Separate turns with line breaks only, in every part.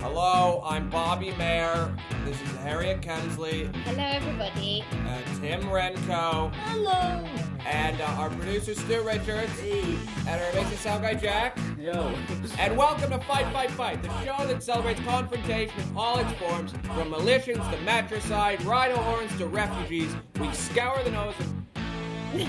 Hello, I'm Bobby Mayer. This is Harriet Kensley,
Hello, everybody.
uh, Tim Renko,
Hello.
and uh, our producer Stu Richards, and our amazing sound guy Jack.
Yo.
And welcome to Fight Fight Fight, the show that celebrates confrontation in all its forms, from militias to matricide, rhino horns to refugees. We scour the nose of the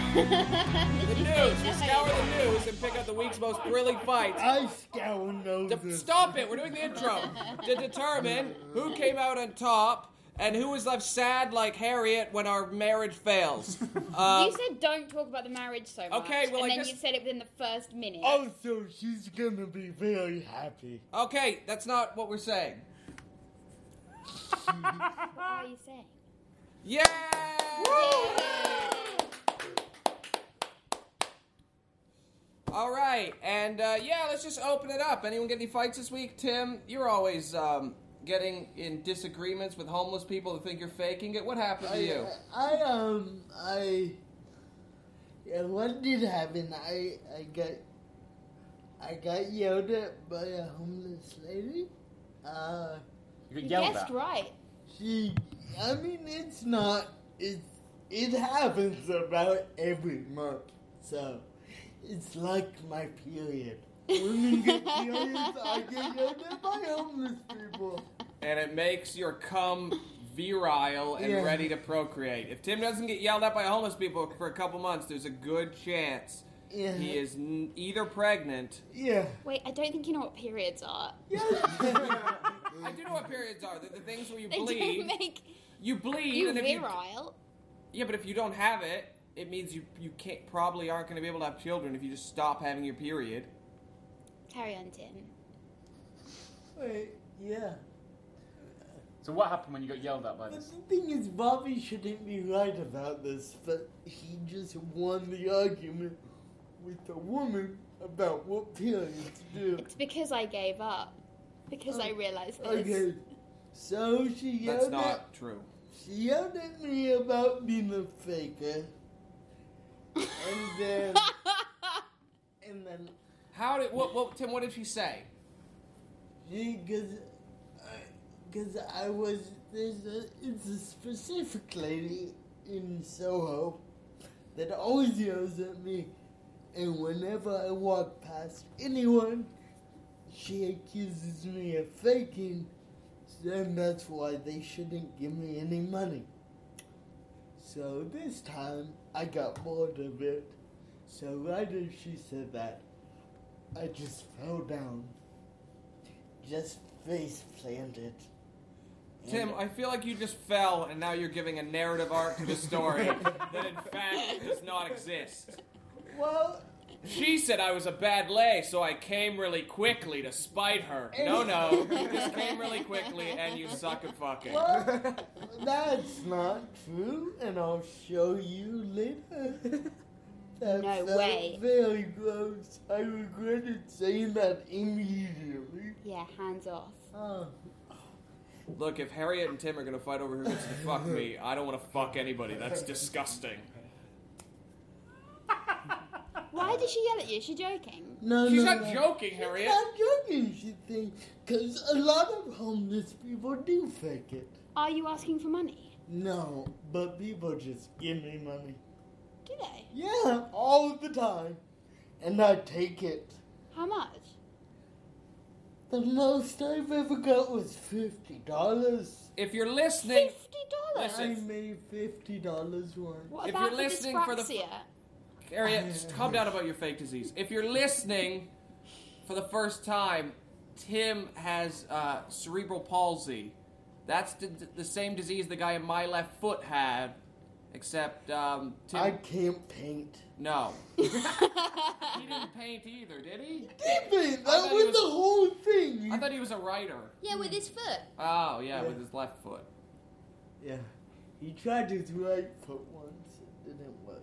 news, we scour the news and pick up the week's most thrilling fights.
I scour noses.
De- stop it! We're doing the intro to determine who came out on top and who was left sad like Harriet when our marriage fails. Um,
you said don't talk about the marriage so much.
Okay, well,
and
I
then
guess- Oh.
you said it within the first minute.
Also, she's gonna be very happy.
okay, that's not what we're saying.
What are you saying?
Yeah! All right, and uh, yeah, let's just open it up. Anyone get any fights this week? Tim, you're always um, getting in disagreements with homeless people that think you're faking it. What happened
I, uh,
to you?
I, um, I. Yeah, what did happen? I, I got, I got yelled at by a homeless lady. Uh,
You
You
got yelled
guessed
at.
right.
she. I mean, it's not. It's it happens about every month, so it's like my period. Women get periods. I get yelled at by homeless people.
and it makes your cum virile and
Yeah.
ready to procreate. If Tim doesn't get yelled at by homeless people for a couple months, there's a good chance
Yeah.
he is n- either pregnant.
Yeah.
Wait, I don't think you know what periods are.
I do know what periods are. They're the things where you
They
bleed.
don't make
you bleed,
you
and if you
virile.
yeah, but if you don't have it, it means you you can't probably aren't going to be able to have children if you just stop having your period.
Carry on, Tim.
Wait, yeah.
So what happened when you got yelled at by
But
this?
the thing is, Bobby shouldn't be right about this, but he just won the argument with the woman about what periods do.
It's because I gave up. Because
Oh.
I realised this.
Okay, so she
That's
yelled, at,
not true.
she yelled at me about being a faker. And then, and then
How did what, what Tim? What did she say?
Because because I was there's a it's a specific lady in Soho that always yells at me, and whenever I walk past anyone, she accuses me of faking. And that's why they shouldn't give me any money. So this time I got bored of it. So right as she said that, I just fell down just face planted.
Tim, I feel like you just fell, and now you're giving a narrative arc to the story that, in fact, does not exist.
Well,
She said I was a bad lay, so I came really quickly to spite her. No, no, you just came really quickly, and you suck at fucking.
well, that's not true, and I'll show you later. That
No
felt
way.
Very gross. I regretted saying that immediately.
Yeah, hands off.
Oh,
Look, if Harriet and Tim are gonna fight over who gets to fuck me, I don't want to fuck anybody. That's disgusting.
Why did she yell at you? Is she joking?
no,
She's
no,
not
no.
joking,
She's
Harriet.
not joking. She thinks because a lot of homeless people do fake it.
Are you asking for money?
No, but people just give me money.
Do they?
Yeah, all the time, and I take it.
How much?
The most I've ever got was fifty dollars.
If you're listening,
Fifty dollars.
I
Listen.
made fifty dollars once.
What
If you're
about the
listening
dyspraxia?
for the- Harriet, just calm down about your fake disease. If you're listening for the first time, Tim has uh, cerebral palsy. That's the, the same disease the guy in my left foot had, except um, Tim.
I can't paint.
No. he didn't paint either, did he?
Did they? That
thought he
was,
was-
the whole thing.
I thought he was a writer.
yeah, with his foot.
Oh, yeah,
Yeah.
with his left foot.
yeah, he tried his right foot once. It didn't work.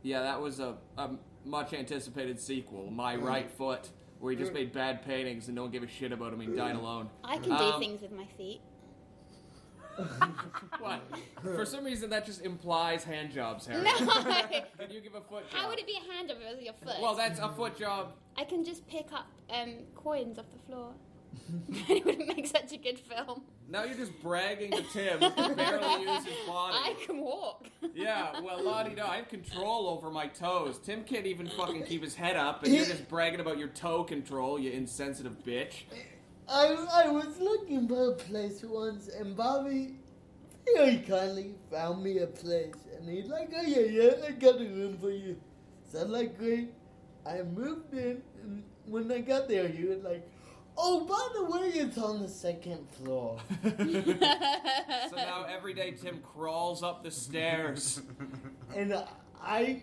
Yeah, that was a, a much anticipated sequel, My Right Foot, where he just made bad paintings and no one gave a shit about him. He died alone.
I can do
Um,
things with my feet.
What? For some reason, that just implies hand jobs, Harry.
No.
Can you give a foot job?
How would it be a hand if it was your foot?
Well, that's a foot job.
I can just pick up um, coins off the floor. he wouldn't make such a good film.
Now you're just bragging to Tim, who barely uses his body.
I can walk.
Yeah, well, la di da. I have control over my toes. Tim can't even fucking keep his head up, and you're just bragging about your toe control, you insensitive bitch.
I, I was looking for a place once, and Bobby very kindly found me a place, and he's like, "Oh yeah, yeah, I got a room for you." So I'm like, "Great." I moved in, and when I got there, he was like, "Oh, by the way, it's on the second floor."
So now every day Tim crawls up the stairs.
and I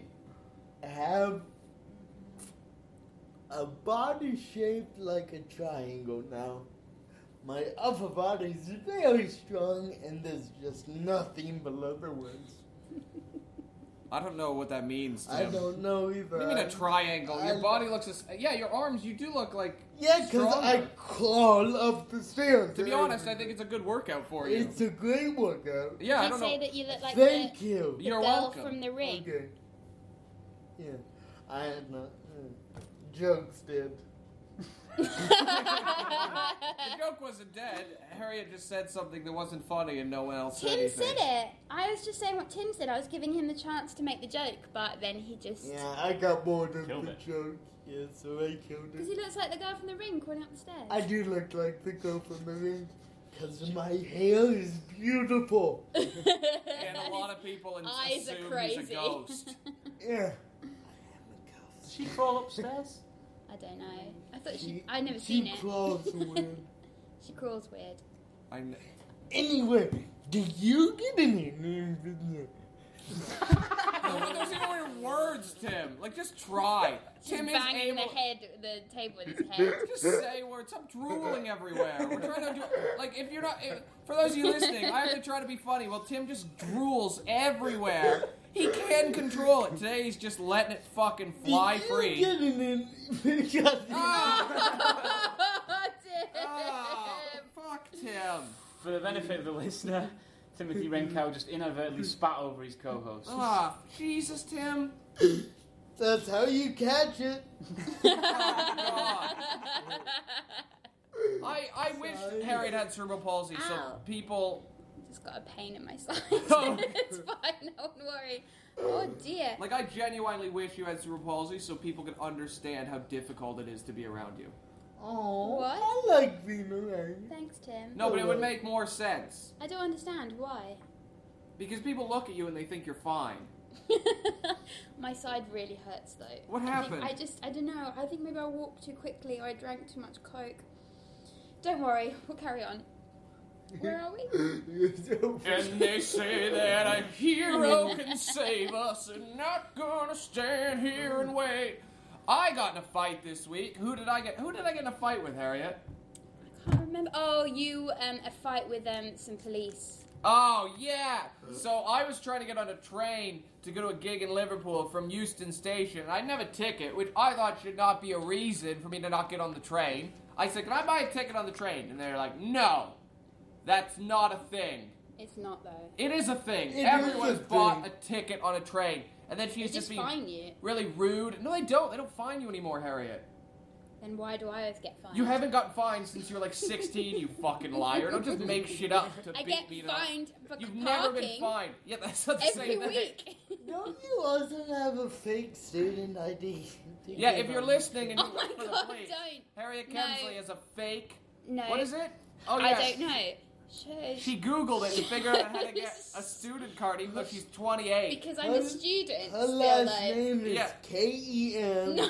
have a body shaped like a triangle now. My upper body is very strong, and there's just nothing below the ones.
I don't know what that means, Tim.
I don't know either.
What do you mean a triangle?
I-
Your body looks as yeah. Your arms, you do look like
Yeah, because I
stronger.
crawl up the stairs.
To be honest, I think it's a good workout for you.
it's a great workout.
yeah, I
you
don't
say
know.
that you look like
Thank
the,
you.
the
You're
girl
welcome.
from the ring.
Okay. Yeah, I had not. Uh, jokes did.
the joke wasn't dead. Harriet just said something that wasn't funny, and no one else said
Tim
anything.
said it. I was just saying what Tim said. I was giving him the chance to make the joke, but then he just.
Yeah, I got bored of
Killed
the
it.
joke. Yeah, so I killed
Because he
it.
looks like the guy from the ring crawling up the stairs.
I do look like the girl from the ring because my hair is beautiful.
And a lot of people ins-
eyes
assume
are crazy.
he's a ghost.
Yeah.
Does she crawl upstairs?
I don't know. I thought she. I never seen
she
it.
crawls weird.
she crawls weird.
I kn-
Anyway, did you get any new video?
No, but those are your words, Tim. Like, just try.
She's
Tim is
banging
able.
the head, the table with his head.
Just say words. Stop drooling everywhere. We're trying to do like if you're not. If, for those of you listening, I have to try to be funny. Well, Tim just drools everywhere. He can control it. Today he's just letting it fucking fly
did
free. Ah!
You get any video?
oh, dear.
Oh, fuck Tim.
For the benefit of the listener, Timothy Renkow just inadvertently spat over his co-host.
Ah, Jesus, Tim.
That's how you catch it.
God. I, I wish
Sorry.
Harriet had cerebral palsy so
Ow.
people
Just got a pain in my side.
Oh.
it's fine. Don't worry. Oh dear.
like I genuinely wish you had cerebral palsy so people could understand how difficult it is to be around you.
Oh,
What?
I like being around.
Thanks, Tim.
No, but it would make more sense.
I don't understand why.
Because people look at you and they think you're fine.
my side really hurts though.
What
I think-
happened?
I just I don't know. I think maybe I walked too quickly or I drank too much coke. Don't worry, we'll carry on. Where are we?
You're so
And they say that a hero can save us and not gonna stand here and wait. I got in a fight this week. Who did I get who did I get in a fight with, Harriet?
can't remember. Oh, you um, a fight with um, some police.
Oh yeah. So I was trying to get on a train to go to a gig in Liverpool from Euston Station. and I didn't have a ticket, which I thought should not be a reason for me to not get on the train. I said, "Can I buy a ticket on the train?" And they're like, "No, that's not a thing."
It's not though.
It is a thing.
It is
Everyone
a
has bought a
thing.
ticket on a train, and then she's
They just
just being
fine you.
really rude. No, they don't. They don't fine you anymore, Harriet.
Then why do I always get fined?
You haven't gotten fined since you were like 16. you fucking liar! Don't just make shit up to
I
beat
get
me up.
fined for
You've
parking
never been fined. Yeah, that's not the
every
same thing.
week.
Don't you also have a fake student ID?
Yeah, if you're listening and you
Oh
work
my
for
God,
the police,
don't.
Harriet
No.
Kemsley is a fake.
no.
What is it? Oh yeah,
I don't know. Sure.
She Googled it and figured out how to get a student card, even though she's 28.
because I'm
Her-
a student.
Her
still,
last
though.
name is
Yeah.
K E M.
No.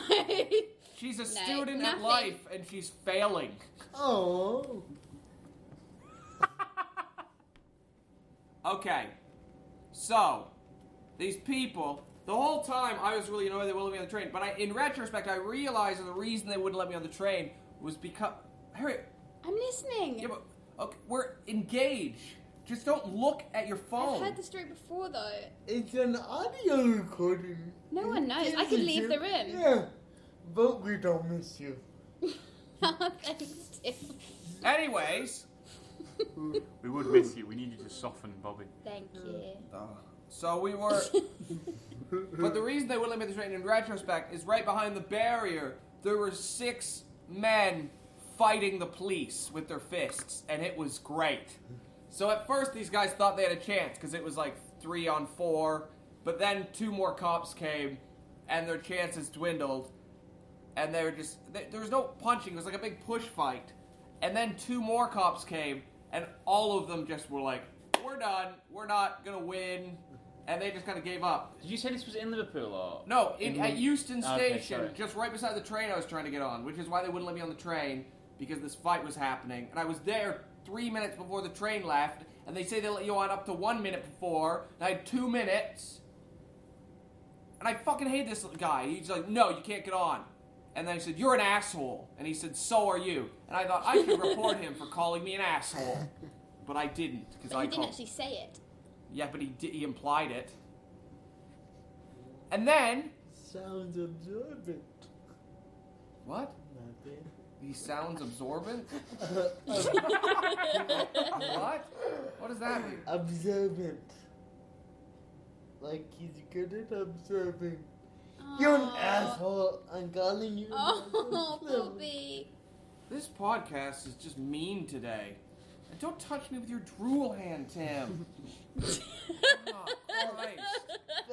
She's a student at
nothing.
life and she's failing.
Oh,
Okay. So, these people, the whole time I was really annoyed they wouldn't let me on the train, but I, in retrospect, I realized that the reason they wouldn't let me on the train was because. Harriet,
I'm listening.
yeah, but, okay, we're engaged. Just don't look at your phone.
I've heard the story before though.
it's an audio recording.
No
Who
one knows. I
gives
could
a
leave
shit?
the room.
Yeah, but we don't miss you.
Thanks, Tim.
Anyways.
We would miss you. We need you to soften, Bobby.
Thank
Mm.
you.
So we were. but the reason they wouldn't let me on the train in retrospect is right behind the barrier, there were six men fighting the police with their fists, and it was great. So at first, these guys thought they had a chance because it was like three on four, but then two more cops came, and their chances dwindled. And they were just th there was no punching. It was like a big push fight, and then two more cops came, and all of them just were like, "We're done. We're not gonna win," and they just kind of gave up.
Did you say this was in Liverpool or?
No, in,
In-
at Euston
Oh, okay,
Station,
sorry.
just right beside the train I was trying to get on, which is why they wouldn't let me on the train because this fight was happening. And I was there three minutes before the train left, and they say they let you on up to one minute before, and I had two minutes. And I fucking hate this guy. He's like, no, you can't get on. And then he said, you're an asshole. And he said, so are you. And I thought, I should report him for calling me an asshole. But I didn't, because
But
I
he didn't
called.
actually say it.
Yeah, but he, did, he implied it. And then.
Sounds absorbent.
What?
Nothing.
He sounds absorbent?
Uh,
what? What does that mean?
observant. Like he's good at observing. You're an
Aw.
asshole. I'm calling you. an
Oh,
asshole.
Bobby.
This podcast is just mean today. And don't touch me with your drool hand, Tim. Oh, Christ.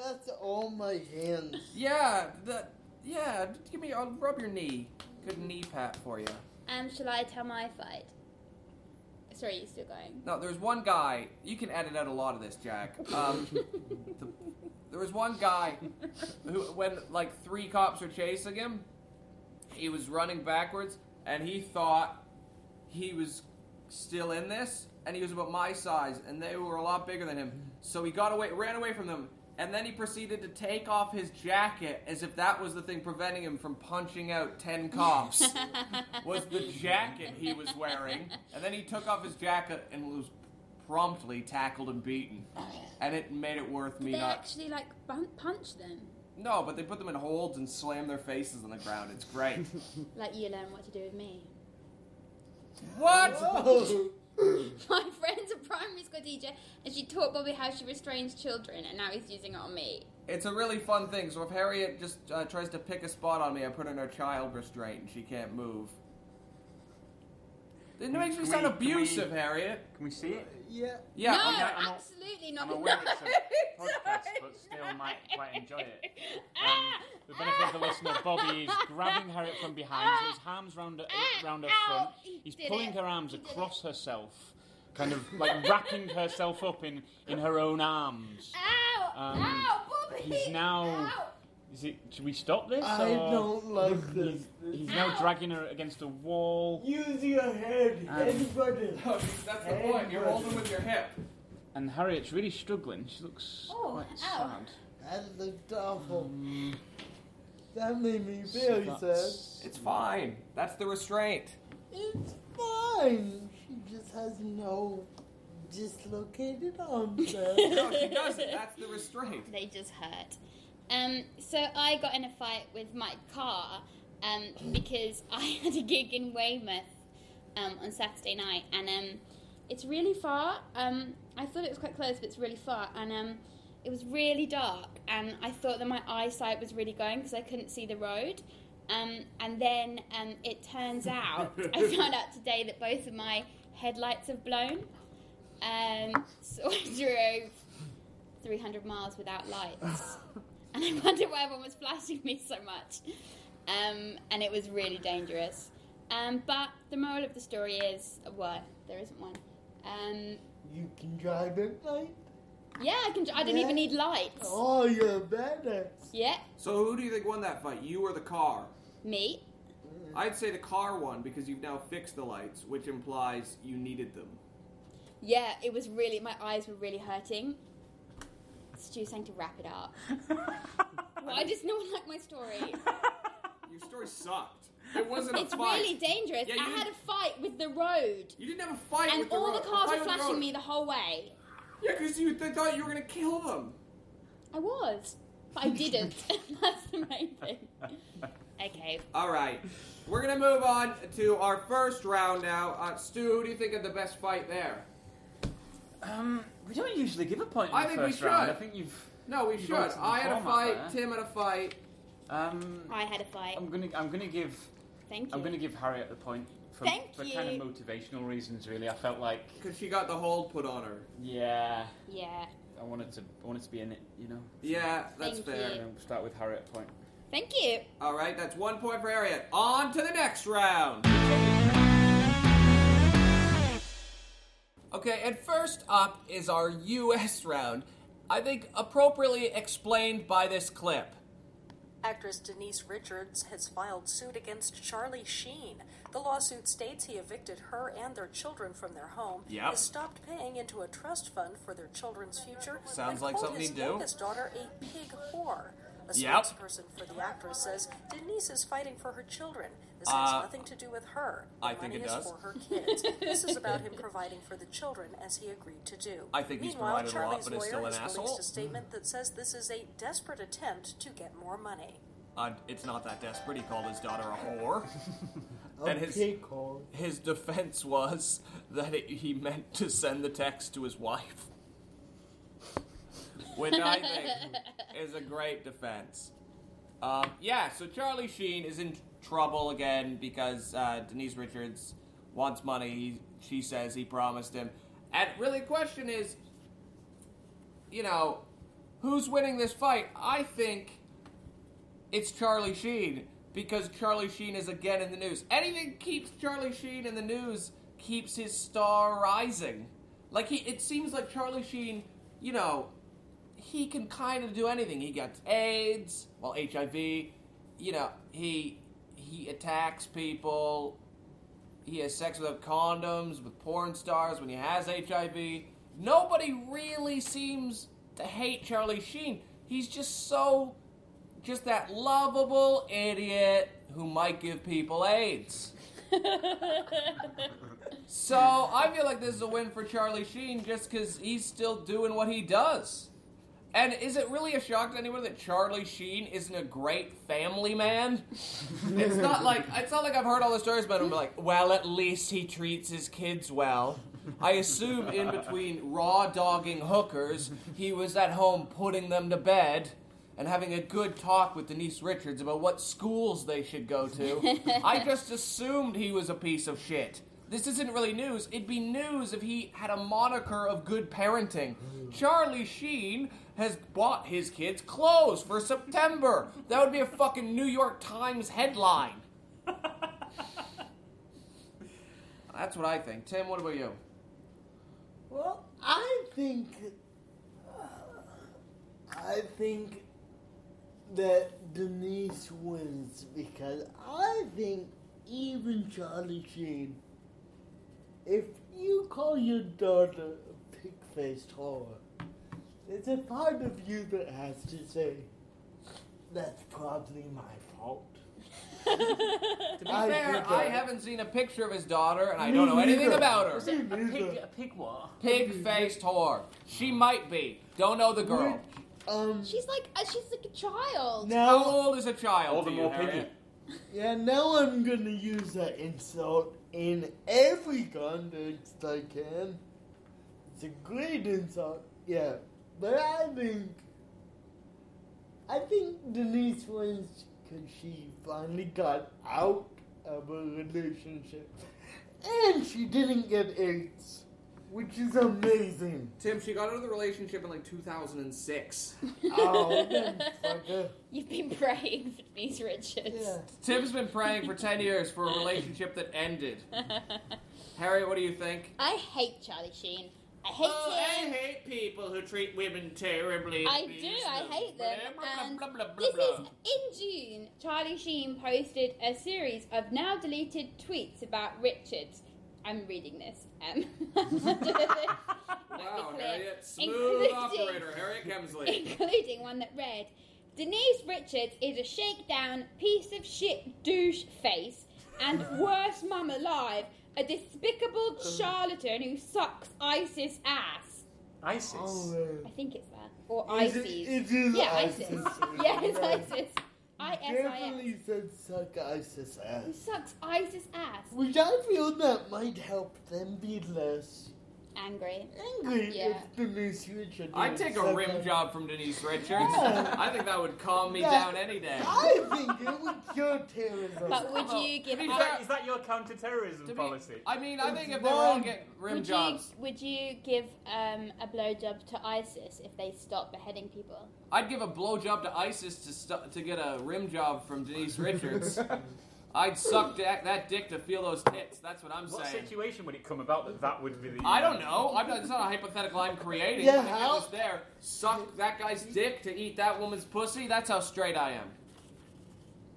That's all my hands.
Yeah, the yeah, just give me I'll rub your knee. Good knee pat for you.
Um, shall I tell my fight? Sorry, you're still going.
No, there's one guy. You can edit out a lot of this, Jack. Um, the, there was one guy who, when like three cops were chasing him, he was running backwards, and he thought he was still in this, and he was about my size, and they were a lot bigger than him. So he got away, ran away from them, and then he proceeded to take off his jacket as if that was the thing preventing him from punching out ten cops was the jacket he was wearing, and then he took off his jacket and was promptly tackled and beaten, and it made it worth me
They
not.
actually like bun- punch them.
No, but they put them in holds and slam their faces on the ground. It's great.
Like you learn what to do with me.
what?
Whoa.
My friend's a primary school teacher, and she taught Bobby how she restrains children, and now he's using it on me.
It's a really fun thing. So if Harriet just uh, tries to pick a spot on me, I put her in her child restraint and she can't move. It makes me
Can
sound
we- can we-
abusive, Harriet.
Can we see it?
yeah.
Yeah,
no,
I'm not-
I'm not-
absolutely
I'm
not.
aware
No,
it's a podcast, but still might quite enjoy it. Um, the benefit
Ah!
of the listener, Bobby, is grabbing Harriet from behind, so his arms round her, round her front.
Ah! Ow, he
He's
did
pulling
it.
her arms
He did
across herself, kind of like wrapping herself up in, in her own arms.
Ow!
Um,
ow, Bobby!
he's now-
Ow!
Is it? Should we stop this?
I
or-
don't like this.
Uh, He's, he's
This-
now
Ow.
dragging her against a wall,
Use your head.
Um,
Head button.
No, that's the point. You're holding with your hip.
and Harriet's really struggling. She looks
Oh,
quite
ow. Oh.
sad.
That looked awful. That made me very
So
sad.
that's-
It's fine. That's the restraint.
It's fine. She just has no dislocated arms. there.
No, she doesn't. That's the restraint.
They just hurt. Um, so I got in a fight with my car um, because I had a gig in Weymouth um, on Saturday night, and um, it's really far. Um, I thought it was quite close, but it's really far, and um, it was really dark, and I thought that my eyesight was really going because I couldn't see the road. Um, and then um, it turns out I found out today that both of my headlights have blown. Um, so I drove 300 miles without lights. and I wondered why everyone was flashing me so much. Um, and it was really dangerous. Um, but the moral of the story is well, there isn't one. Um,
you can drive at night.
yeah, I, can, I don't even need lights.
Oh, you're better.
Yeah,
So who do you think won that fight? You or the car?
me.
I'd say the car won because you've now fixed the lights, which implies you needed them.
Yeah, it was really, my eyes were really hurting. Stu's saying to wrap it up. Why does no one like my story?
Your story sucked. It wasn't
It's
a fight.
really dangerous.
Yeah, you
I had
didn't-
a fight with the road.
You didn't have a fight
And
with the
all
road.
the cars
A fight
were
with the
flashing
road.
me the whole way.
Yeah, because you th- thought you were gonna kill them.
I was, but I didn't. That's the main thing. Okay.
All right, we're gonna move on to our first round now. Uh, Stu, who do you think had the best fight there?
Um, we don't usually give a point. In
I
the
think we
first round.
should.
I think you've.
No, we
You
should.
got to the
I had a
format
fight.
there.
Tim had a fight.
Um,
I had a fight.
I'm gonna. I'm gonna give
Thank you.
I'm going to give Harriet the point for,
Thank
for kind
you.
of motivational reasons. Really, I felt like
Because she got the hold put on her.
yeah,
Yeah.
I wanted to I wanted to be in it. You know.
Yeah, that's
Thank
fair.
you.
And we'll start with Harriet point.
Thank you.
All right, that's one point for Harriet. On to the next round. Okay, and first up is our U.S. round. I think appropriately explained by this clip.
Actress Denise Richards has filed suit against Charlie Sheen. The lawsuit states he evicted her and their children from their home,
Yep.
has stopped paying into a trust fund for their children's future,
Sounds
and
like
called
something
his
he'd do.
youngest daughter a pig whore. A
Yep.
spokesperson for the actress says Denise is fighting for her children. This
Uh,
has nothing to do with her. The
I think
money
it
is
does.
for her kids. this is about him providing for the children as he agreed to do.
I think he's
Meanwhile,
provided a lot,
Charlie's
but is still
lawyer
an
has released
asshole.
a statement that says this is a desperate attempt to get more money.
Uh, it's not that desperate. He called his daughter a whore.
A
And his-
pig hole.
His defense was that it, he meant to send the text to his wife, which I think is a great defense. Um, yeah, so Charlie Sheen is in trouble again because uh, Denise Richards wants money. He, she says he promised him. And really, the question is, you know, who's winning this fight? I think it's Charlie Sheen because Charlie Sheen is again in the news. Anything keeps Charlie Sheen in the news keeps his star rising. Like he, it seems like Charlie Sheen, you know, he can kind of do anything. He gets AIDS, well HIV, you know, he he attacks people. He has sex without condoms with porn stars when he has HIV. Nobody really seems to hate Charlie Sheen. He's just so just that lovable idiot who might give people AIDS. So I feel like this is a win for Charlie Sheen just because he's still doing what he does. And is it really a shock to anyone that Charlie Sheen isn't a great family man? it's not like it's not like I've heard all the stories about him. but Like, well, at least he treats his kids well. I assume in between raw dogging hookers, he was at home putting them to bed and having a good talk with Denise Richards about what schools they should go to. I just assumed he was a piece of shit. This isn't really news. It'd be news if he had a moniker of good parenting. Charlie Sheen has bought his kids clothes for September. That would be a fucking New York Times headline. That's what I think. Tim, what about you?
Well, I think. uh, I think that Denise wins because I think even Charlie Sheen, if you call your daughter a pig faced whore, there's a part of you that has to say, that's probably my fault.
To be
I
fair,
think
I
I-
haven't seen a picture of his daughter, and I don't know anything
neither.
about her.
Me neither.
pig war.
Pig faced whore. She might be. Don't know the girl.
Um,
She's like uh, she's like a child.
How
now,
old is a child?
All the
to you,
more
Harriet?
piggy.
yeah, now I'm gonna use that insult in every context I can. It's a great insult, yeah. But I think, I think Denise wins because she finally got out of a relationship, and she didn't get AIDS, which is amazing.
Tim, she got out of the relationship in like 2006.
oh, then fucker.
You've been praying for these Richards.
Yeah.
Tim's been praying for 10 years for a relationship that ended. Harriet, what do you think?
I hate Charlie Sheen. I hate him.
Oh, hate people who treat women terribly.
I do. I hate them. And this is in June. Charlie Sheen posted a series of now deleted tweets about Richards. I'm reading this. Um,
Wow,
Let me clear.
Harriet. Smooth
Including-
operator, Harriet Kemsley.
including one that read Denise Richards is a shakedown, piece of shit, douche face, and worst mum alive, a despicable charlatan who sucks ISIS ass.
ISIS.
Oh,
I think it's that. Or
uh, it,
ISIS.
it is
yeah,
ISIS.
ISIS. yeah, it's
Yeah.
ISIS. I S I S.
Definitely said suck ISIS
Who
ass.
sucks ISIS ass?
Which I feel that might help them be less
angry.
Angry
Yeah.
if Denise Richard.
I'd
was
take a
such
rim job from Denise Richards.
Yeah.
I think that would calm me
Yeah.
down any day.
I think it would cure terrorism.
But would
Oh,
you give
Denise
Is
up?
that, is that your counter-terrorism
To be-
policy?
I mean, I think
It's
if they were all
wrong.
get rim
Would you,
jobs,
would you give um, a blowjob to ISIS if they stop beheading people?
I'd give a blowjob to ISIS to stu- to get a rim job from Denise Richards. I'd suck that, that dick to feel those tits. That's what I'm
what
saying.
situation would it come about that that would be the? uh,
I don't know. I'm not, it's not a hypothetical I'm creating.
Yeah,
If I
how-
was there. Suck that guy's dick to eat that woman's pussy. That's how straight I am.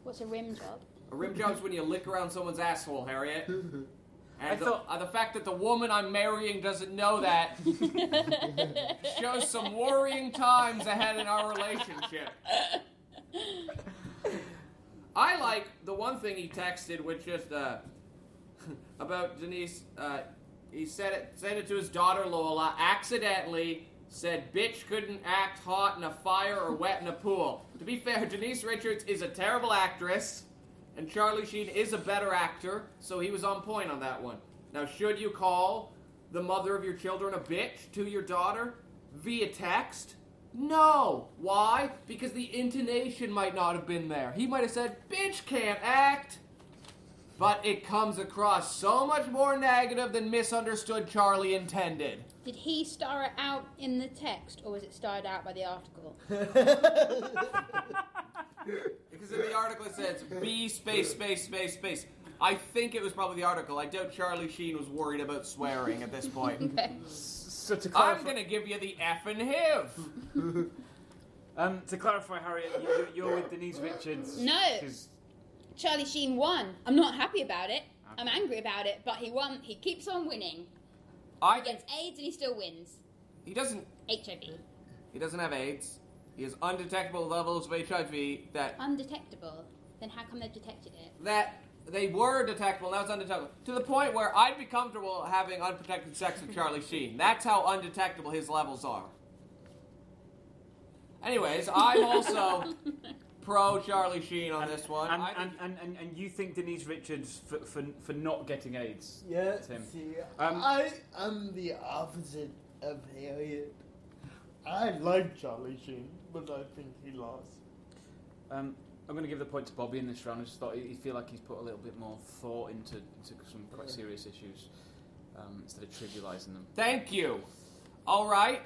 What's a rim job?
A rim job's when you lick around someone's asshole, Harriet. And
I
the,
thought-
uh, the fact that the woman I'm marrying doesn't know that shows some worrying times ahead in our relationship. I like the one thing he texted, which just uh, about Denise. Uh, he said it, said it to his daughter Lola accidentally. Said bitch couldn't act hot in a fire or wet in a pool. To be fair, Denise Richards is a terrible actress, and Charlie Sheen is a better actor, so he was on point on that one. Now, should you call the mother of your children a bitch to your daughter via text? No. Why? Because the intonation might not have been there. He might have said, bitch can't act. But it comes across so much more negative than misunderstood Charlie intended.
Did he star it out in the text, or was it starred out by the article?
Because in the article it says B space space space space. I think it was probably the article. I doubt Charlie Sheen was worried about swearing at this point.
Okay.
So to clarify,
I'm gonna give you the F and hiv.
um, to clarify, Harriet, you- you, you're with Denise Richards.
No.
'cause-
Charlie Sheen won. I'm not happy about it. I'm angry about it, but he won. He keeps on winning.
I
He gets AIDS and he still wins.
he doesn't
HIV.
he doesn't have AIDS. He has undetectable levels of HIV that
Undetectable. Then how come they've detected it?
that they were detectable, now it's undetectable. To the point where I'd be comfortable having unprotected sex with Charlie Sheen. That's how undetectable his levels are. Anyways, I'm also pro Charlie Sheen on this one.
And,
I think-
and, and, and, and you think Denise Richards for, for, for not getting AIDS?
yeah,
Tim.
see,
Um,
I am the opposite of Harriet. I like Charlie Sheen, but I think he lost.
Um, I'm going to give the point to Bobby in this round. I just thought he feel like he's put a little bit more thought into, into some quite serious issues um, instead of trivialising them.
Thank you. All right.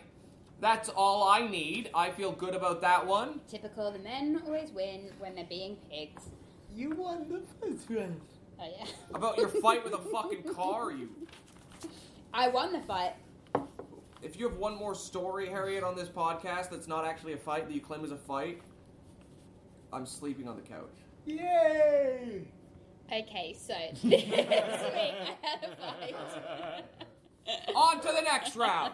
That's all I need. I feel good about that one.
Typical. The men always win when they're being pigs.
You won the first round.
Oh yeah.
About your fight with a fucking car, you.
I won the fight.
If you have one more story, Harriet, on this podcast that's not actually a fight that you claim is a fight, I'm sleeping on the couch.
Yay!
Okay, so this week I had a fight.
On to the next round.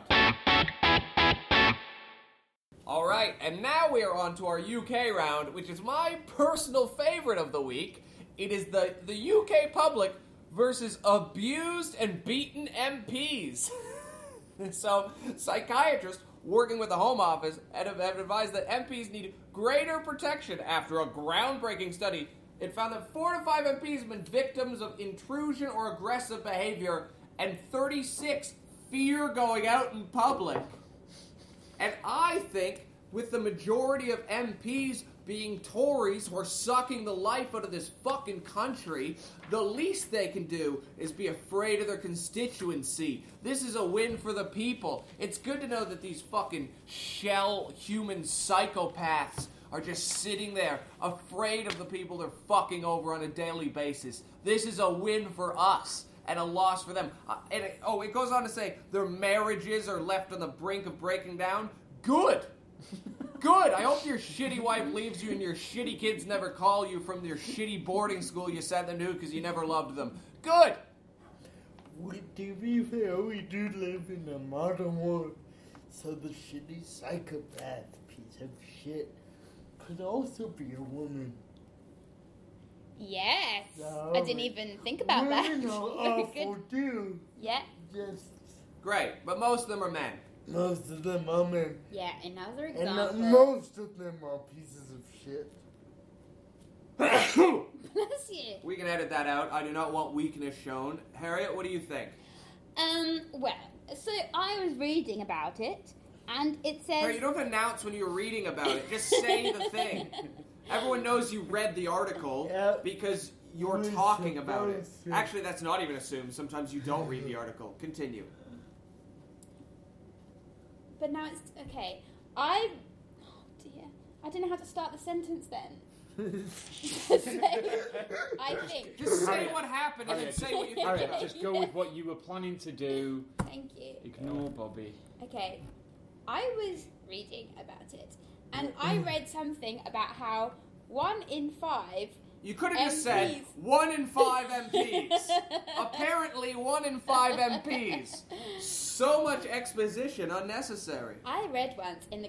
All right, and now we are on to our UK round, which is my personal favorite of the week. It is the, the UK public versus abused and beaten MPs. so, psychiatrists working with the Home Office have have advised that MPs need greater protection after a groundbreaking study. It found that four to five MPs have been victims of intrusion or aggressive behavior, and 36 fear going out in public. And I think with the majority of MPs being Tories who are sucking the life out of this fucking country, the least they can do is be afraid of their constituency. This is a win for the people. It's good to know that these fucking shell human psychopaths are just sitting there afraid of the people they're fucking over on a daily basis. This is a win for us and a loss for them. Uh, and it, oh, it goes on to say their marriages are left on the brink of breaking down. Good. Good. I hope your shitty wife leaves you and your shitty kids never call you from your shitty boarding school you sent them to because you never loved them. Good.
We, to be fair, we do live in a modern world, so the shitty psychopath piece of shit could also be a woman.
Yes.
No,
I didn't
we-
even think about
Women
that.
are
Good.
awful too.
Yeah,
Just
Great. But most of them are men.
most of them are men,
yeah. Another
and uh,
example.
most of them are pieces of shit.
Bless you.
We can edit that out. I do not want weakness shown. Harriet, what do you think?
Um, well, so I was reading about it, and it says.
No, you don't announce when you're reading about it. Just say the thing. Everyone knows you read the article
Yep.
because you're
We're
talking about it.
supposed to.
Actually, that's not even assumed. Sometimes you don't read the article. Continue.
But now it's okay. I. Oh dear. I don't know how to start the sentence then. Say, I think.
Just say
Alright.
what happened and then
Alright.
say what you
All
think
right,
about it.
just go with what you were planning to do.
Thank you.
Ignore Bobby.
Okay, I was reading about it, and I read something about how one in five.
You could have just said
MPs.
one in five MPs. Apparently, one in five MPs. So much exposition unnecessary.
I read once in the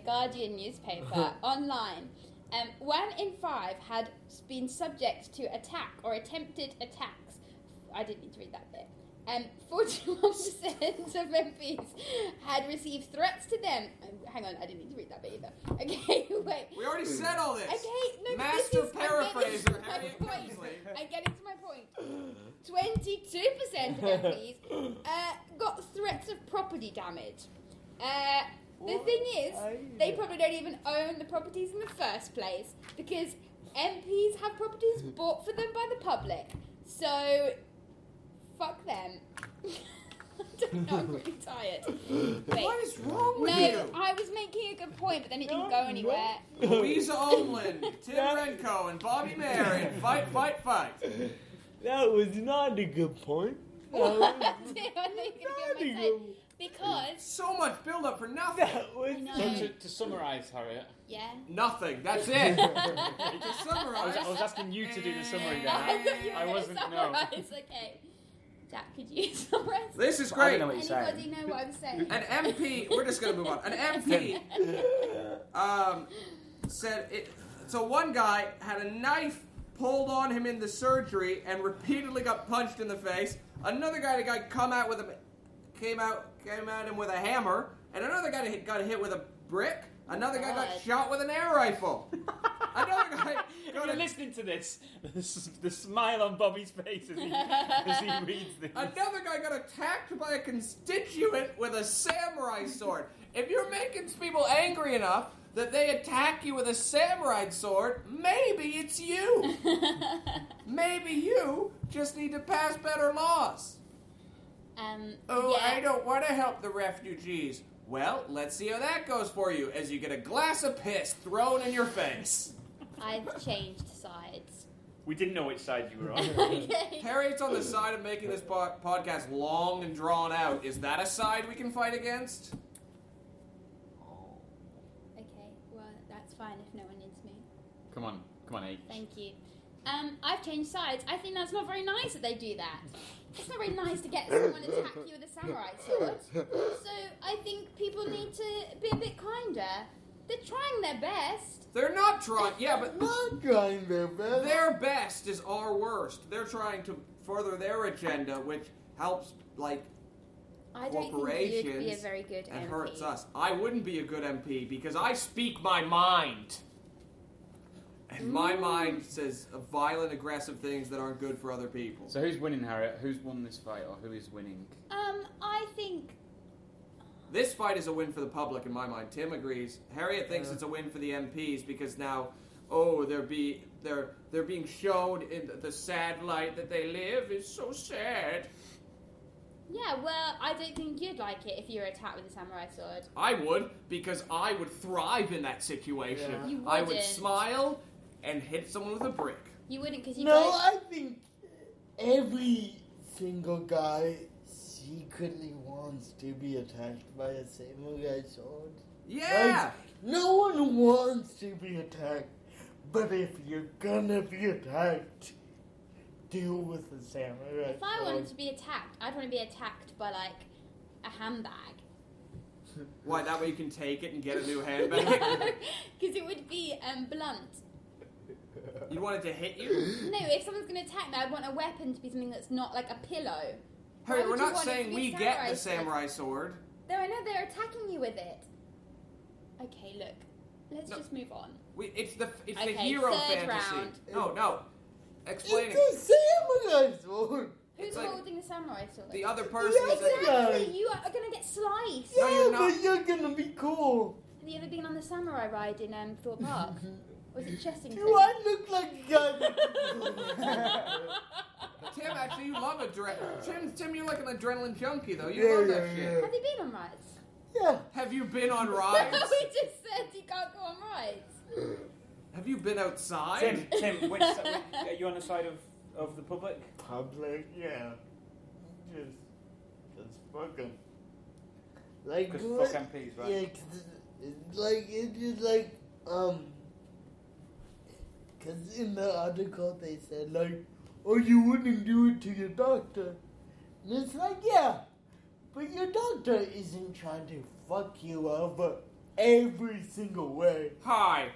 Guardian newspaper online. Um, one in five had been subject to attack or attempted attacks. I didn't need to read that bit. Um, 41% of MPs had received threats to them. um, hang on, I didn't need to read that bit either. Okay, wait.
We already said all this.
Okay, no, but
Master
this is,
paraphraser
I'm
Harriet
getting to my point.
Kingsley.
I'm getting to my point. Twenty-two percent of MPs uh, got threats of property damage. Uh, the thing is,
Oh,
they probably don't even own the properties in the first place because MPs have properties bought for them by the public. So, fuck them. I don't know. I'm really tired.
What
Wait.
is wrong with
No,
you?
I was making a good point, but then it didn't go anywhere.
Louisa Omlin, Tim Renko, and Bobby Marin. Fight, fight, fight.
That was not a good point. That was,
I think I'm gonna
not a
give myself-
good
because
So much build-up for nothing.
That was
I
not
know.
So to, to summarise, Harriet,
yeah.
Nothing. That's it. to
I was, I
summarize,
was asking you to do the summary
No,
there.
I thought you were
I
gonna
wasn't- no.
Summarize. Okay, Jack, could you summarize?
this is
I
great.
don't know what you're
Anybody
saying.
know what I'm saying?
An MP. We're just gonna move on. An MP um, said it. So one guy had a knife pulled on him in the surgery and repeatedly got punched in the face. Another guy got come out with a came out came at him with a hammer, and another guy hit- got hit with a brick. Another guy got
God.
shot with an air rifle. another guy
If
got
you're
a,
listening to this, the, s- the smile on Bobby's face as he, as he reads this.
another guy got attacked by a constituent with a samurai sword. If you're making people angry enough that they attack you with a samurai sword, maybe it's you. Maybe you just need to pass better laws.
um,
Oh,
yeah.
I don't want to help the refugees. Well, let's see how that goes for you as you get a glass of piss thrown in your face.
I've changed sides.
We didn't know which side you were on.
okay.
Harriet's on the side of making this po- podcast long and drawn out. Is that a side we can fight against?
Okay. Well, that's fine if no one needs me.
Come on, come on, eight.
Thank you. Um, I've changed sides. I think that's not very nice that they do that. It's not very nice to get someone to attack you with a samurai sword. So I think people need to be a bit kinder. They're trying their best.
They're not trying. Yeah, but
Not trying their best.
Their best is our worst. They're trying to further their agenda, which helps, like,
I don't think you'd be a
Corporations
very good
and
MP.
hurts us. I wouldn't be a good MP because I speak my mind. And my mind says violent, aggressive things that aren't good for other people.
So who's winning, Harriet? Who's won this fight, or who is winning?
Um, I think
This fight is a win for the public in my mind. Tim agrees. Harriet thinks it's a win for the MPs because now, oh, they're be they're they're being shown in the sad light that they live is so sad.
yeah. Well, I don't think you'd like it if you were attacked with a samurai sword.
I would because I would thrive in that situation.
Yeah.
You
I would
wouldn't.
smile and hit someone with a brick.
You wouldn't because you "Oh,
No,
don't.
I think every single guy secretly wants to be attacked by a samurai sword.
Yeah.
Like, no one wants to be attacked, but if you're gonna be attacked, deal with the samurai
If I
sword.
wanted to be attacked, I'd want to be attacked by like a handbag.
Why? That way you can take it and get a new handbag.
Because it would be um, blunt.
you want it to hit you.
No, if someone's going to attack me, I want a weapon to be something that's not like a pillow.
Harry,
would
we're
you
not
want it
saying
to be
we
a
get
samurai
the
sword?
samurai sword.
No, I know they're attacking you with it. Okay, look, let's
No.
just move on.
We, it's the it's
Okay,
the hero
third
fantasy.
round.
No, no. Explain it.
It's a samurai sword!
Who's
It's like-
holding the samurai sword?
The other person is like,
exactly. You are going to get sliced.
No, you're
Yeah,
not.
but you're gonna be cool.
Have you ever been on the samurai ride in um, Thor Park? Or is it Chessington?
Do I look like a guy?
Tim, actually, you love adrenaline. Tim, Tim, you're like an adrenaline junkie, though. You
Yeah,
love that
yeah,
shit.
Have you been on rides?
yeah.
Have you been on rides?
we just said you can't go on rides.
Have you been outside?
Tim, Tim, which, si- are you on the side of, of the public?
Public, yeah. Just, just fuck 'em. Like,
Because
what-
fuck MPs, right?
Yeah, 'cause it's like it's just like um, because in the article they said like, oh, you wouldn't do it to your doctor, and it's like yeah, but your doctor isn't trying to fuck you over every single way.
Hi.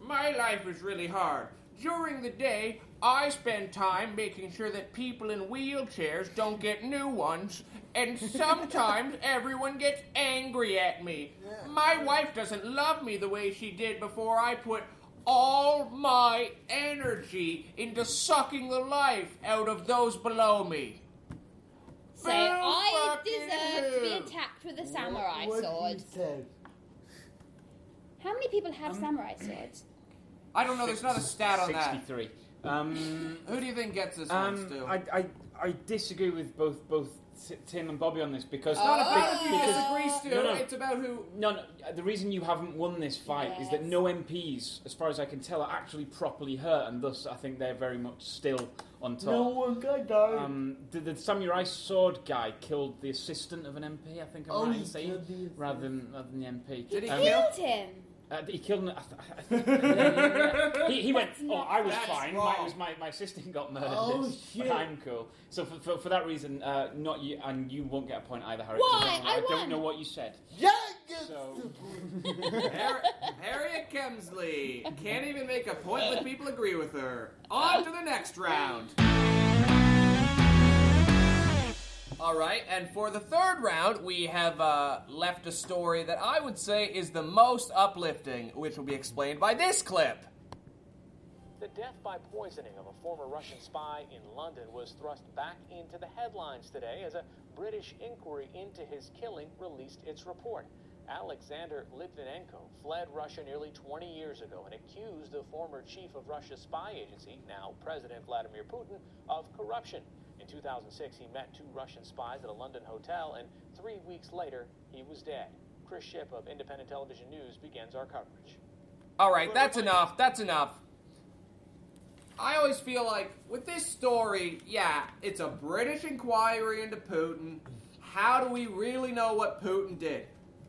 My life is really hard. During the day, I spend time making sure that people in wheelchairs don't get new ones, and sometimes everyone gets angry at me.
Yeah.
My wife doesn't love me the way she did before I put all my energy into sucking the life out of those below me.
So
Boo
I
fucking
deserve to be
hoo.
attacked with a samurai
what, what
sword.
you said?
How many people have
Um,
samurai swords?
I don't know, there's not a stat on that.
63. Um,
Who do you think gets this one,
um,
Stu?
I, I, I disagree with both both T- Tim and Bobby on this because
It's not about if you
Oh.
disagree, Stu.
No, no.
It's about who.
No, no, the reason you haven't won this fight is that
Yes.
no MPs, as far as I can tell, are actually properly hurt, and thus I think they're very much still on top.
No one got died.
Um, the, the samurai sword guy killed the assistant of an MP, I think I'm
Oh,
right
he
in saying,
killed the
rather than, rather than the MP.
Did he
Um,
kill?
Killed him.
uh, he killed. an- I th- I think- yeah, yeah. he, he went.
That's
Oh,
not
I was
That's
fine.
wrong.
My, was my, my assistant got murdered.
Oh, shit.
But I'm cool. So for, for, for that reason, uh, not you, and you won't get a point either, Harry.
Why?
because I don't know-
I
I
won.
don't know what you said.
yeah, yes.
So-
Har- Harriet Kemsley can't even make a point when people agree with her. On to the next round. All right, and for the third round, we have uh, left a story that I would say is the most uplifting, which will be explained by this clip.
The death by poisoning of a former Russian spy in London was thrust back into the headlines today as a British inquiry into his killing released its report. Alexander Litvinenko fled Russia nearly 20 years ago and accused the former chief of Russia's spy agency, now President Vladimir Putin, of corruption. In 2006, he met two Russian spies at a London hotel, and three weeks later, he was dead. Chris Ship of Independent Television News begins our coverage.
All right, that's enough. That's enough. I always feel like with this story, yeah, it's a British inquiry into Putin. How do we really know what Putin did?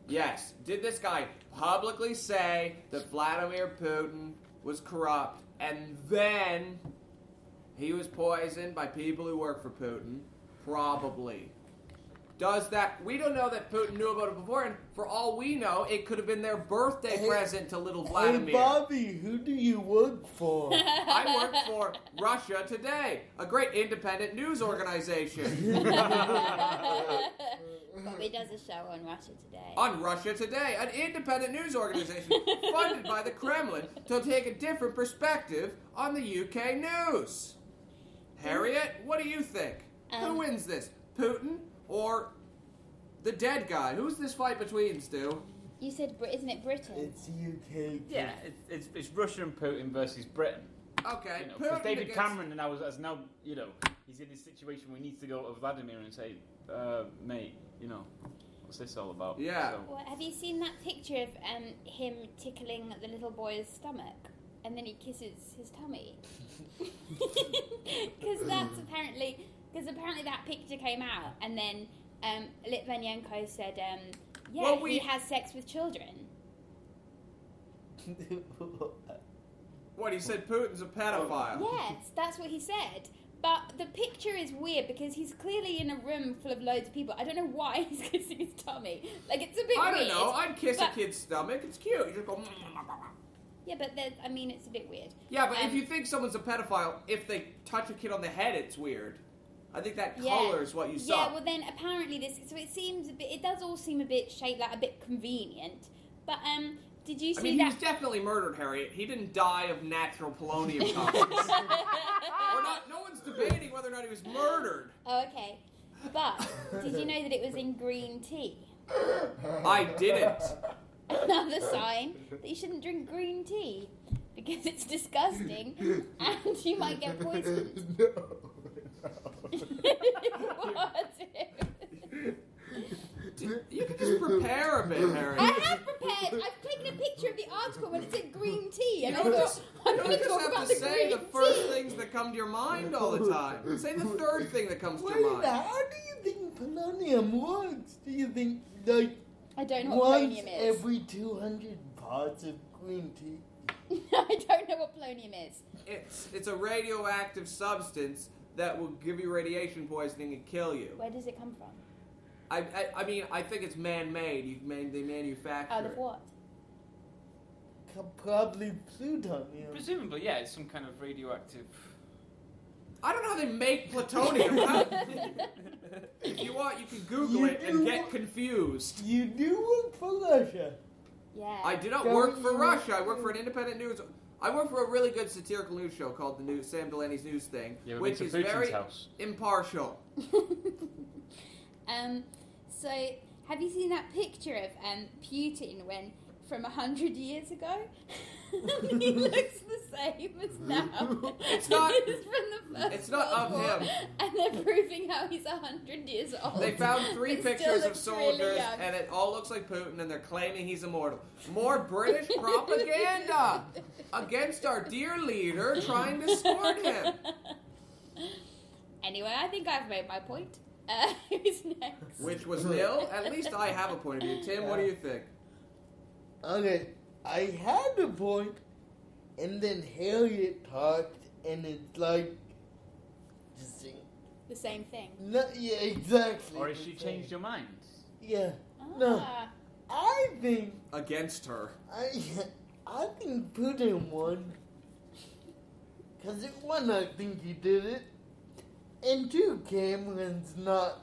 Yes, did this guy publicly say that Vladimir Putin was corrupt and then he was poisoned by people who work for Putin? Probably. Does that we don't know that Putin knew about it before, and for all we know, it could have been their birthday
Hey-
present to little Vladimir.
Hey, Bobby, who do you work for?
I work for Russia Today, a great independent news organization.
Bobby does a show on Russia today.
On Russia Today, an independent news organization funded by the Kremlin to take a different perspective on the UK news. Harriet, what do you think? Who
Um,
wins this, Putin or the dead guy? Who's this fight between, Stu?
you said, Brit- isn't it Britain?
It's UK.
Yeah, it's, it's, it's Russia and Putin versus Britain.
Okay,
You know, 'cause
Uh, Putin
David
against-
Cameron now is, is now you know he's in this situation where he needs to go to Vladimir and say, uh, mate, you know, what's this all about?
Yeah.
So-
Well, have you seen that picture of um, him tickling the little boy's stomach? And then he kisses his tummy. Because that's apparently, because apparently that picture came out, and then um, Litvinenko said, um, "Yeah,
Well, we-
he has sex with children."
What he said, Putin's a pedophile.
Yes, that's what he said. But the picture is weird because he's clearly in a room full of loads of people. I don't know why he's kissing his tummy. Like it's a bit
I
weird.
don't know. I'd kiss
but-
a kid's stomach. It's cute. You just go. mm,
Yeah, but there's- I mean, it's a bit weird.
Yeah, but if
Um,
you think someone's a pedophile, if they touch a kid on the head, it's weird. I think that
Yeah.
colors what you saw.
Yeah, well, then apparently this. So it seems a bit. It does all seem a bit shaped like a bit convenient. But um, Did you see
I mean, he was
that?
definitely murdered, Harriet. He didn't die of natural polonium toxins. We're not. No one's debating whether or not he was murdered.
oh, okay. But did you know that it was in green tea?
I didn't.
Another sign that you shouldn't drink green tea because it's disgusting and you might get poisoned. What?
You can just prepare a bit,
I
Harriet.
have prepared. I've taken a picture of the article when it said green tea, and I
don't
thought
just-
I'm
You
going to
don't just
talk about
have
the
to say
green
the first
tea.
things that come to your mind all the time. Say the third thing that comes to
Wait
your
a minute,
mind.
how do you think polonium works? Do you think, like,
I don't know what
once
polonium is.
every 200 parts of green tea?
I don't know what polonium is.
It's it's a radioactive substance that will give you radiation poisoning and kill you.
Where does it come from?
I I, I mean, I think it's man-made. You man, they manufacture.
Out
it.
of what?
Co- Probably plutonium.
Presumably, yeah, it's some kind of radioactive.
I don't know how they make plutonium. How- if you want, you can Google
You
it and
do-
get confused.
You do work for Russia.
Yeah.
I do not
Don't
work for
you-
Russia. I work for an independent news. I work for a really good satirical news show called the News Sam Delaney's News Thing, which is very
house.
impartial.
um, so, have you seen that picture of um, Putin when from a hundred years ago? he looks the same as now.
It's not-
It's from the first
it's not of
World War,
him.
And they're proving how he's a hundred years old.
They found three
Oh, It still
pictures of
looks really
soldiers,
young.
and it all looks like Putin, and they're claiming he's immortal. More British propaganda against our dear leader trying to support him.
Anyway, I think I've made my point. Uh, who's next?
Which was nil. At least I have a point of view. Tim, what do you think?
Okay, I had a point, and then Harriet talked, and it's like. Just,
the same thing.
no, yeah, exactly.
Or has
the same.
she changed your mind?
Yeah. No.
Ah,
I think.
Against her.
I, I think Putin won. Because, one, I think he did it. And two, Cameron's not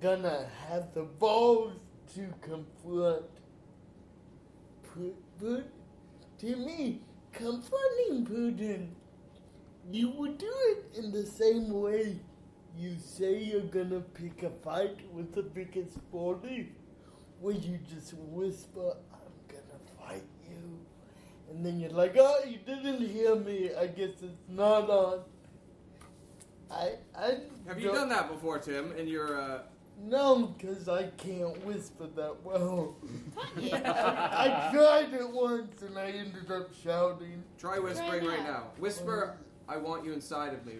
gonna have the balls to confront Pu- Pu- To me, confronting Putin, you would do it in the same way you say you're gonna pick a fight with the biggest bully, where you just whisper, I'm gonna fight you. And then you're like, oh, you didn't hear me. I guess it's not on. I, I
Have you
don't-
done that before, Tim? In your uh,
no, because I can't whisper that well.
can't you?
I tried it once and I ended up shouting.
try whispering right,
now.
now. Whisper, "I want you inside of me."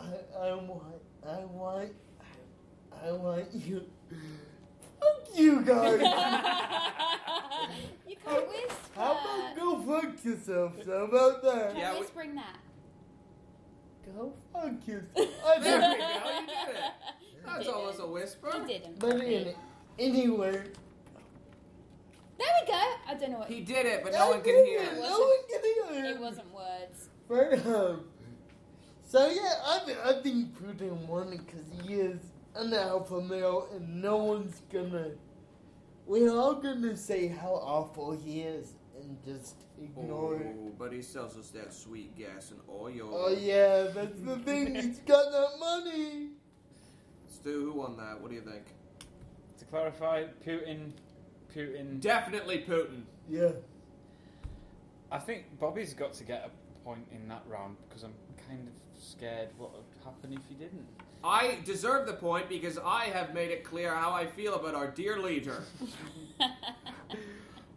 I, I want, I want, I want you. Fuck you guys.
you can't whisper.
How about go fuck yourselves? How about that?
Try
Yeah, we-
whispering that.
Go fuck yourself. I
There
don't-
we go. You did it. That's almost a whisper.
He didn't.
but in, anyway,
There we go. I don't know what
He did it, but
I
no one can
did
hear.
it.
it.
No one can hear.
it wasn't words.
But, um, so yeah, I, th- I think Putin won it because he is an alpha male, and no one's gonna. We're all gonna say how awful he is and just ignore it.
Oh, but he sells us that sweet gas and oil.
Oh yeah, that's the thing. He's got that money.
Stu, who won that? What do you think?
To clarify, Putin, Putin.
Definitely Putin.
Yeah.
I think Bobby's got to get a point in that round because I'm kind of scared what would happen if he didn't.
I deserve the point because I have made it clear how I feel about our dear leader.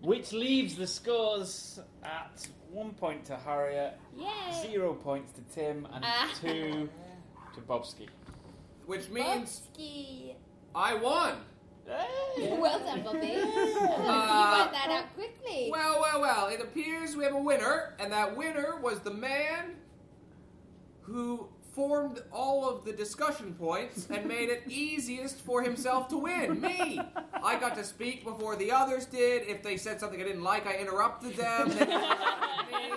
Which leaves the scores at one point to Harriet,
Yay.
zero points to Tim, and
Ah.
two to Bobski.
Which means
Bobski.
I won.
Well done, Bobby. you Oh, worked that out quickly.
Uh, Well, well, well. It appears we have a winner, and that winner was the man who formed all of the discussion points and made it easiest for himself to win. Me. I got to speak before the others did. If they said something I didn't like, I interrupted them. They interrupted me.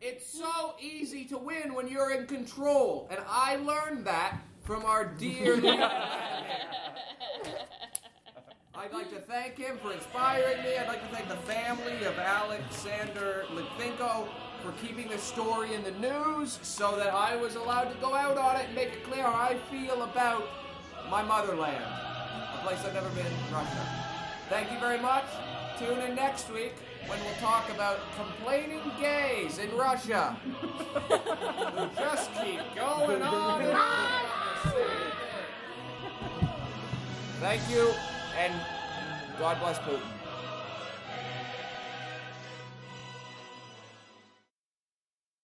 It's so easy to win when you're in control, and I learned that from our dear. leader. I I'd like to thank him for inspiring me. I'd like to thank the family of Alexander Litvinko for keeping the story in the news so that I was allowed to go out on it and make it clear how I feel about my motherland, a place I've never been, Russia. Thank you very much. Tune in next week when we'll talk about complaining gays in Russia who just keep going on and on. Thank you, and God bless Putin.